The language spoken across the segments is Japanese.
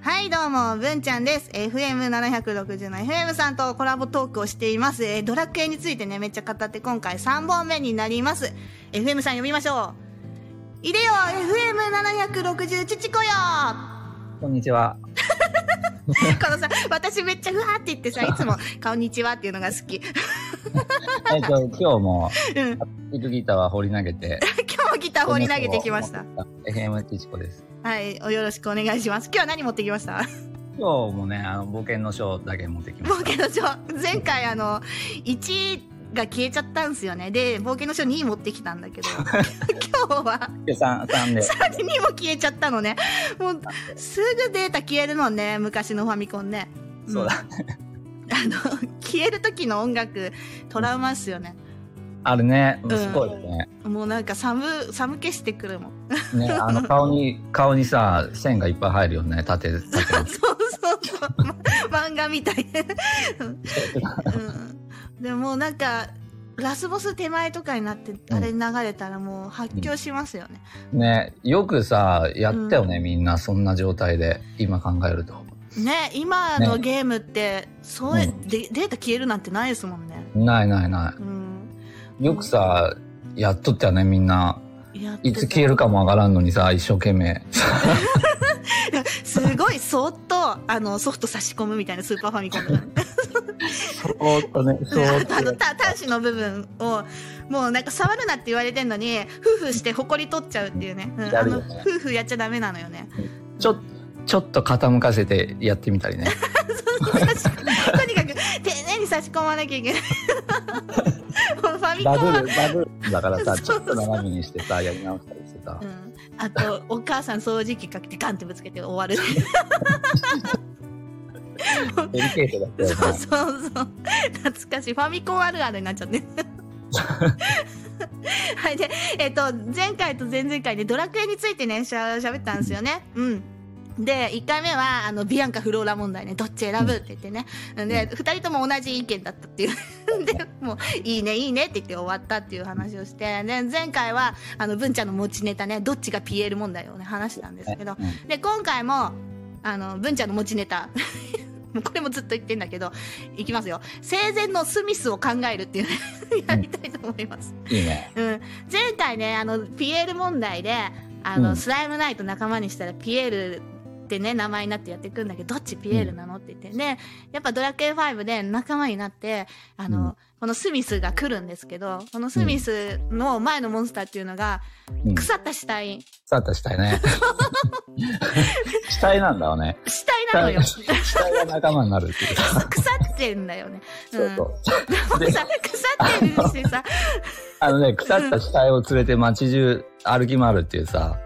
はいどうも文ちゃんです FM760 の FM さんとコラボトークをしています、えードラクエについてねめっちゃ語って今回3本目になります FM さん呼びましょういでよ FM760 父子よ こんにちは。このさ私めっちゃふわって言ってさいつも「こんにちは」っていうのが好きえっと、今日も、うん今ビッグギターは放り投げて。日もギター放り投げてきました。 FM ティチコです。はいおよろしくお願いします今日は何持ってきました今日もね、あの、冒険の書だけ持ってきま冒し険の書前回あの1が消えちゃったんですよねで冒険の書2持ってきたんだけ ど今日はた。三三 で。さらに2も消えちゃったのねもうすぐデータ消えるのね昔のファミコンねうんそうだ。あの消える時の音楽トラウマっすよねあれね、んすごいね。もうなんか寒寒気してくるもんね、あの、顔に、顔にさ、線がいっぱい入るよね。縦、そう縦。そうそう、ま漫画みたい、うん、でもなんかラスボス手前とかになってあれ流れたらもう発狂しますよね、ね、よくさ、やったよね、みんな。そんな状態で。今考えると。ね今のねゲームって、そうやうんでデータ消えるなんてないですもんねないないなうんい。よくさ、やっとったよね、みんな。やっていたつ消えるかもわからんのにさ、一生懸命。すごいそーっとあのソフト差し込むみたいなスーパーファミコンとかねそーっとね、そーっあとのた端子の部分をもうなんか触るなって言われてんのに夫婦して誇り取っちゃうっていうね,、うん、やあるよのね夫婦やっちゃダメなのよね ちょちょっと傾かせてやってみた りね。とにかく丁寧に差し込まなきゃいけない もうファミコンダブはル、ダブルだからさ、ちそうそょうっと斜めにしてさ、やり直したりしてさう。ん、あとお母さん掃除機かけてガンってぶつけて終わるデリケートだったよそうそうね。そう。懐かしい。ファミコンあるあるになっちゃって。 はい。で、えっ、と、前回と前々回でドラクエについてね、しゃ、喋ったんですよね。うん。で、1回目は、あの、ビアンカフローラ問題ね、どっち選ぶって言ってね。で、2人とも同じ意見だったっていう。 で、もう、いいね、いいねって言って終わったっていう話をして、で、前回は、あの、文ちゃんの持ちネタね、どっちが PL 問題をね、話したんですけど、うんで今回もあの文ちゃんの持ちネタ もうこれもずっと言ってんだけどいきますよ生前のスミスを考えるっていうね やりたいと思います、いいね。うん、前回ねあのピエール問題であの、うんスライムナイト仲間にしたらピエールってね名前になってやっていくんだけどどっちピエールなのって言ってねやっぱドラクエ5で仲間になってあの、うんこのスミスが来るんですけどこのスミスの前のモンスターっていうのがうん。腐った死体さたした いね。死体なんだよね。死体な のよ腐死体が仲間になるっていう。ってんだよね、うん、そうそう。で、さ腐ってるしさあのね、腐った死体を連れて街中歩き回るっていうさ、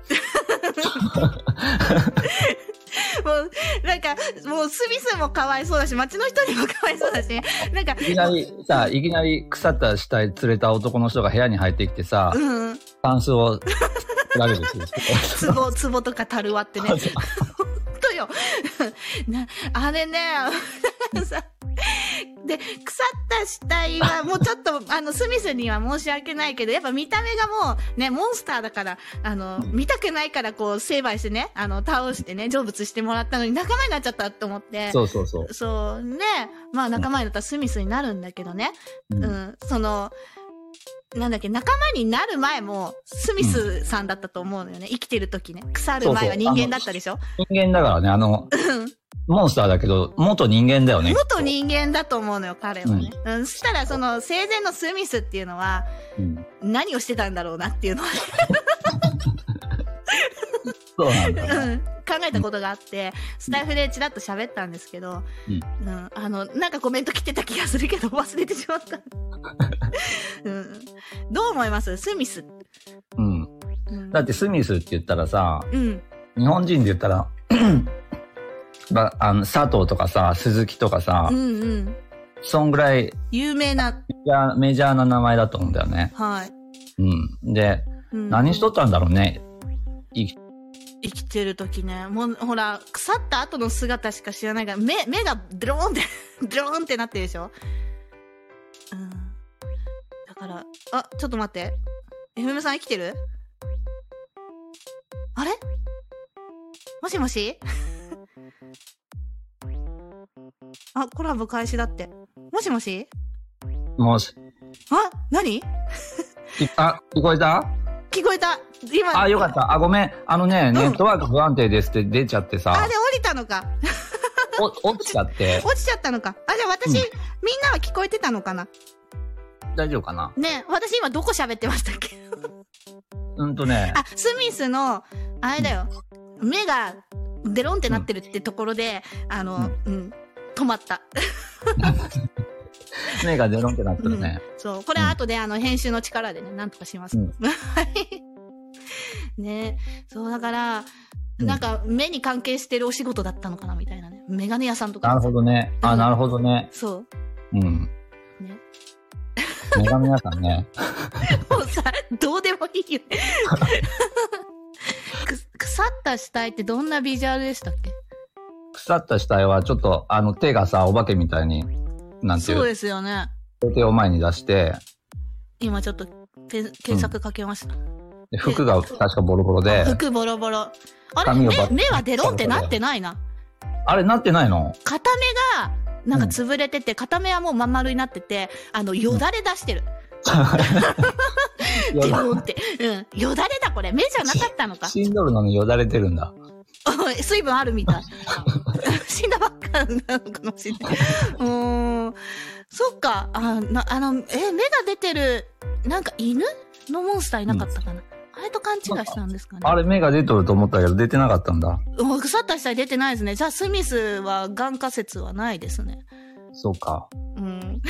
もうなんかもうスミスもかわいそうだし町の人にもかわいそうだしなんかいきなりさ、いきなり腐った死体連れた男の人が部屋に入ってきてさう、んタンスを振られるっ ていう。壺壺とか樽割ってねそ本うそう当よ なあれね さで腐った死体 はもうちょっとあのスミスには申し訳ないけどやっぱ見た目がもうねモンスターだからあの見たくないからこう成敗してねあの倒してね成仏してもらったのに仲間になっちゃったと思ってそうそうそう。そうね、まあ仲間になったらスミスになるんだけどね、ううんん、その、なんだっけ、仲間になる前もスミスさんだったと思うのよね、生きてる時ね。腐る前は人間だったでしょ人間だからね、あの、モンスターだけど、元人間だよね。元人間だと思うのよ、彼はね。うん、そしたらその生前のスミスっていうのは、うん何をしてたんだろうなっていうのは、そうなんうだ。ん考えたことがあって、スタイフでちらっと喋ったんですけど、うんうん、あの、なんかコメント来てた気がするけど、忘れてしまった。 うん、どう思いますスミス。うん。うんだってスミスって言ったらさ、うん。日本人で言ったら、 ま、あの、佐藤とかさ、鈴木とかさう、んうん。そんぐらい有名な。メジャーメジャーな名前だと思うんだよね。はい。うん。で、うん何しとったんだろうね。生きてる時ね。もう、ほら、腐った後の姿しか知らないから、目、目がドローンって、 ドローンってなってるでしょうん。だから、あ、ちょっと待って。FM さん生きてるあれもしもし あ、コラボ開始だって。もしもしもし、あ、何いあ、聞こえた聞こえた。今。あ、よかっ。た。あ、ごめん。あのね、んネットワーク不安定ですって出ちゃってさ、あ、で、降りたのか。お落ちちゃって、落ちちゃったのか。あ、じゃあ私、うんみんなは聞こえてたのかな。大丈夫かなね私今どこ喋ってましたっけうんとね、あ、スミスの、あれだよ。目が、デロンってなってるってところで、あの、うん、止まった。目がデロンってなってるね。そう。これは後で、あの、編集の力でね、なんとかします。うんはい。ねそう、だから、うんなんか、目に関係してるお仕事だったのかな、みたいなね。メガネ屋さんとか。なるほどね。うあ、んなるほどね。そう。うん。ね。メガネ屋さ んね。もうさ、どうでもいいよね。く腐った死体ってどんなビジュアルでしたっけ腐った死体はちょっと、あの手がさ、お化けみたいに、なんていそうう、ですよね。手を前に出して、今ちょっとペ検索かけました。で服が確かボロボロで、服ボロボロ。あれ髪目をバッ目はデロンってなってないな。あれなってな いの片目が、なんか潰れてて、片目はもうまん丸になってて、あの、よだれ出してる。デロンって。うん。よだれだ、これ。目じゃなかったのか。死んどるのによだれてるんだ。おい 水分あるみたい。死んだばっかなのかもしれない。うーん。そっか。あなあの、え、目が出てる、なんか犬のモンスターいなかったかな。あれと勘違いしたんですかね。あれ目が出とると思ったけど、出てなかったんだ。うん腐った死体出てないですね。じゃあ、スミスは眼下説はないですね。そうか。うん。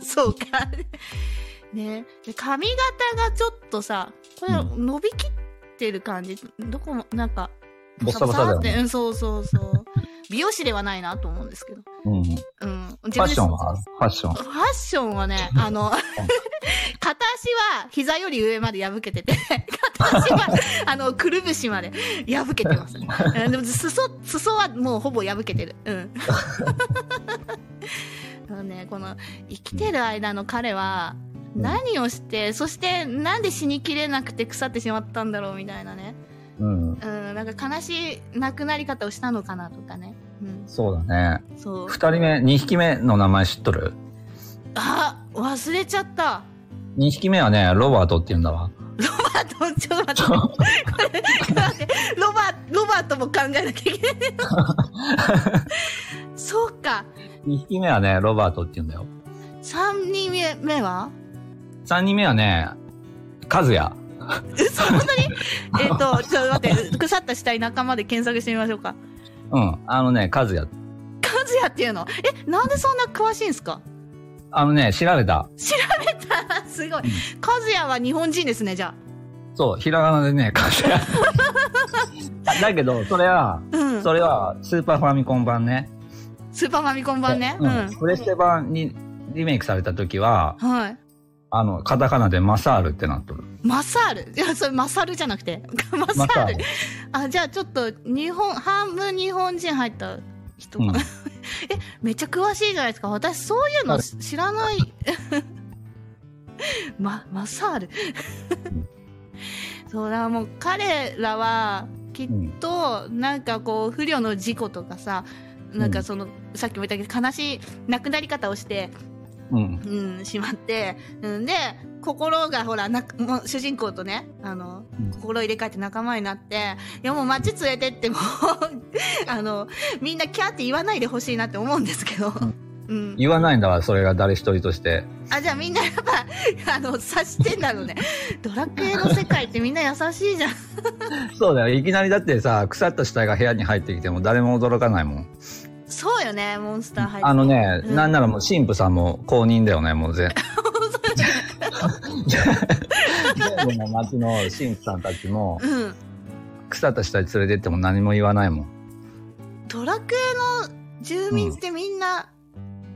そう か。ね。で髪型がちょっとさ、これう伸びきってる感じ。どこも、なんか、ボッサボサだよってね。うん、そうそうそう。美容師ではないなと思うんですけど。うん。フうん。ファァッションはファッションフ。ァッションはね、あの、片足は膝より上まで破けてて、片足は、あの、くるぶしまで破けてます。うんでも、裾、裾はもうほぼ破けてる。うん。 あのね、この、生きてる間の彼は、何をして、そして、なんで死にきれなくて腐ってしまったんだろうみたいなね。うん。うん、なんか悲しい亡くなり方をしたのかなとかね。うん、そうだね。そう。二人目、二匹目の名前知っとるあ、忘れちゃった。二匹目はね、ロバートって言うんだわ。ロバート、ちょっと待って。これ 待ってロバ、ロバートも考えなきゃいけない。そうか。二匹目はね、ロバートって言うんだよ。三人目目は三人目はね、カズヤ。嘘、本当にえっと、ちょっと待って、腐った死体仲間で検索してみましょうか。うん。あのね、カズヤ。カズヤっていうのえ、なんでそんな詳しいんですか あのね、調べた。すごい。カズヤは日本人ですね、じゃそう、ひらがなでね、カ ズヤ。だけど、それは、あ。うん。それは、スーパーファミコン版ね。スーパーファミコン版ね。ううんん。プレステ版にリメイクされた時は、はい。あの、カタカナでマサールってなっとる。マサール。いや、それマサルじゃなくて。マサール。あ、じゃあちょっと、日本、半分日本人入った人かな。うんえ、 めっちゃ詳しいじゃないですか。私、そういうのし知らない。 ま、マサール。そうだ、もう彼らは、きっうん。と、なんかこう、不慮の事故とかさ、なんかその、さっきも言ったけど、悲しい亡くなり方をして、うん。うん、しまって、うん、で心がほらなくもう主人公とねあのうん心を入れ替えて仲間になっていやもう街連れてっても あのみんなキャーって言わないでほしいなって思うんですけど、うん、言わないんだわ、それが誰一人として。あじゃあみんなやっぱあ の察してんだ ろうねドラクエの世界ってみんな優しいじゃんそうだよ、いきなりだってさ、腐った死体が部屋に入ってきても誰も驚かないもん。そうよねモンスター入ってあのね、うんなんならもう神父さんも公認だよね、もう全。全部の町の神父さんたちもうん腐った死体連れてっても何も言わないもん。ドラクエの住民ってみんな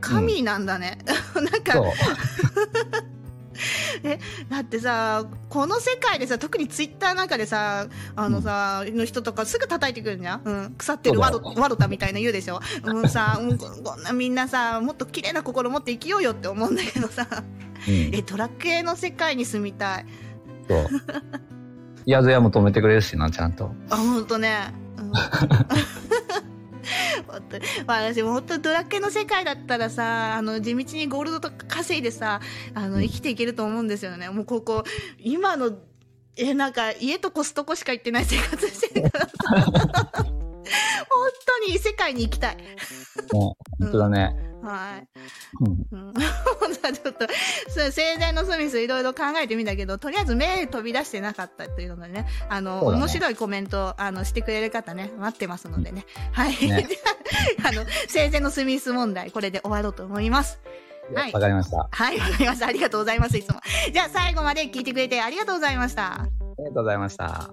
神なんだね、なんかそう。だってさこの世界でさ特にツイッターなんかでさあのさ、の人とかすぐ叩いてくるじゃん、うん、腐ってるワロそうだワロタみたいな言うでしょもうさもうここんなみんなさもっと綺麗な心持って生きようよって思うんだけどさうんえドラクエの世界に住みたいそう。宿屋も止めてくれるしな、ちゃんと。 あほんとね、うん、本当にまあ私も本当ドラクエの世界だったらさあの地道にゴールドとか稼いでさあの生きていけると思うんですよねもうここ今のえなんか家とコストコしか行ってない生活してるから さ本当に異世界に行きたいもう、本当だね。はいうん。うん ちょっと、そう盛大のスミスいろいろ考えてみたけど、とりあえず目飛び出してなかったというのがね、あの、そうだね面白いコメント、あの、してくれる方ね、待ってますの でね。はい。ねじゃああの、盛大のスミス問題、これで終わろうと思います。はいわかりました。あはい、わかりました。ありがとうございます、いつも。じゃあ最後まで聞いてくれてありがとうございました。りがとうございました。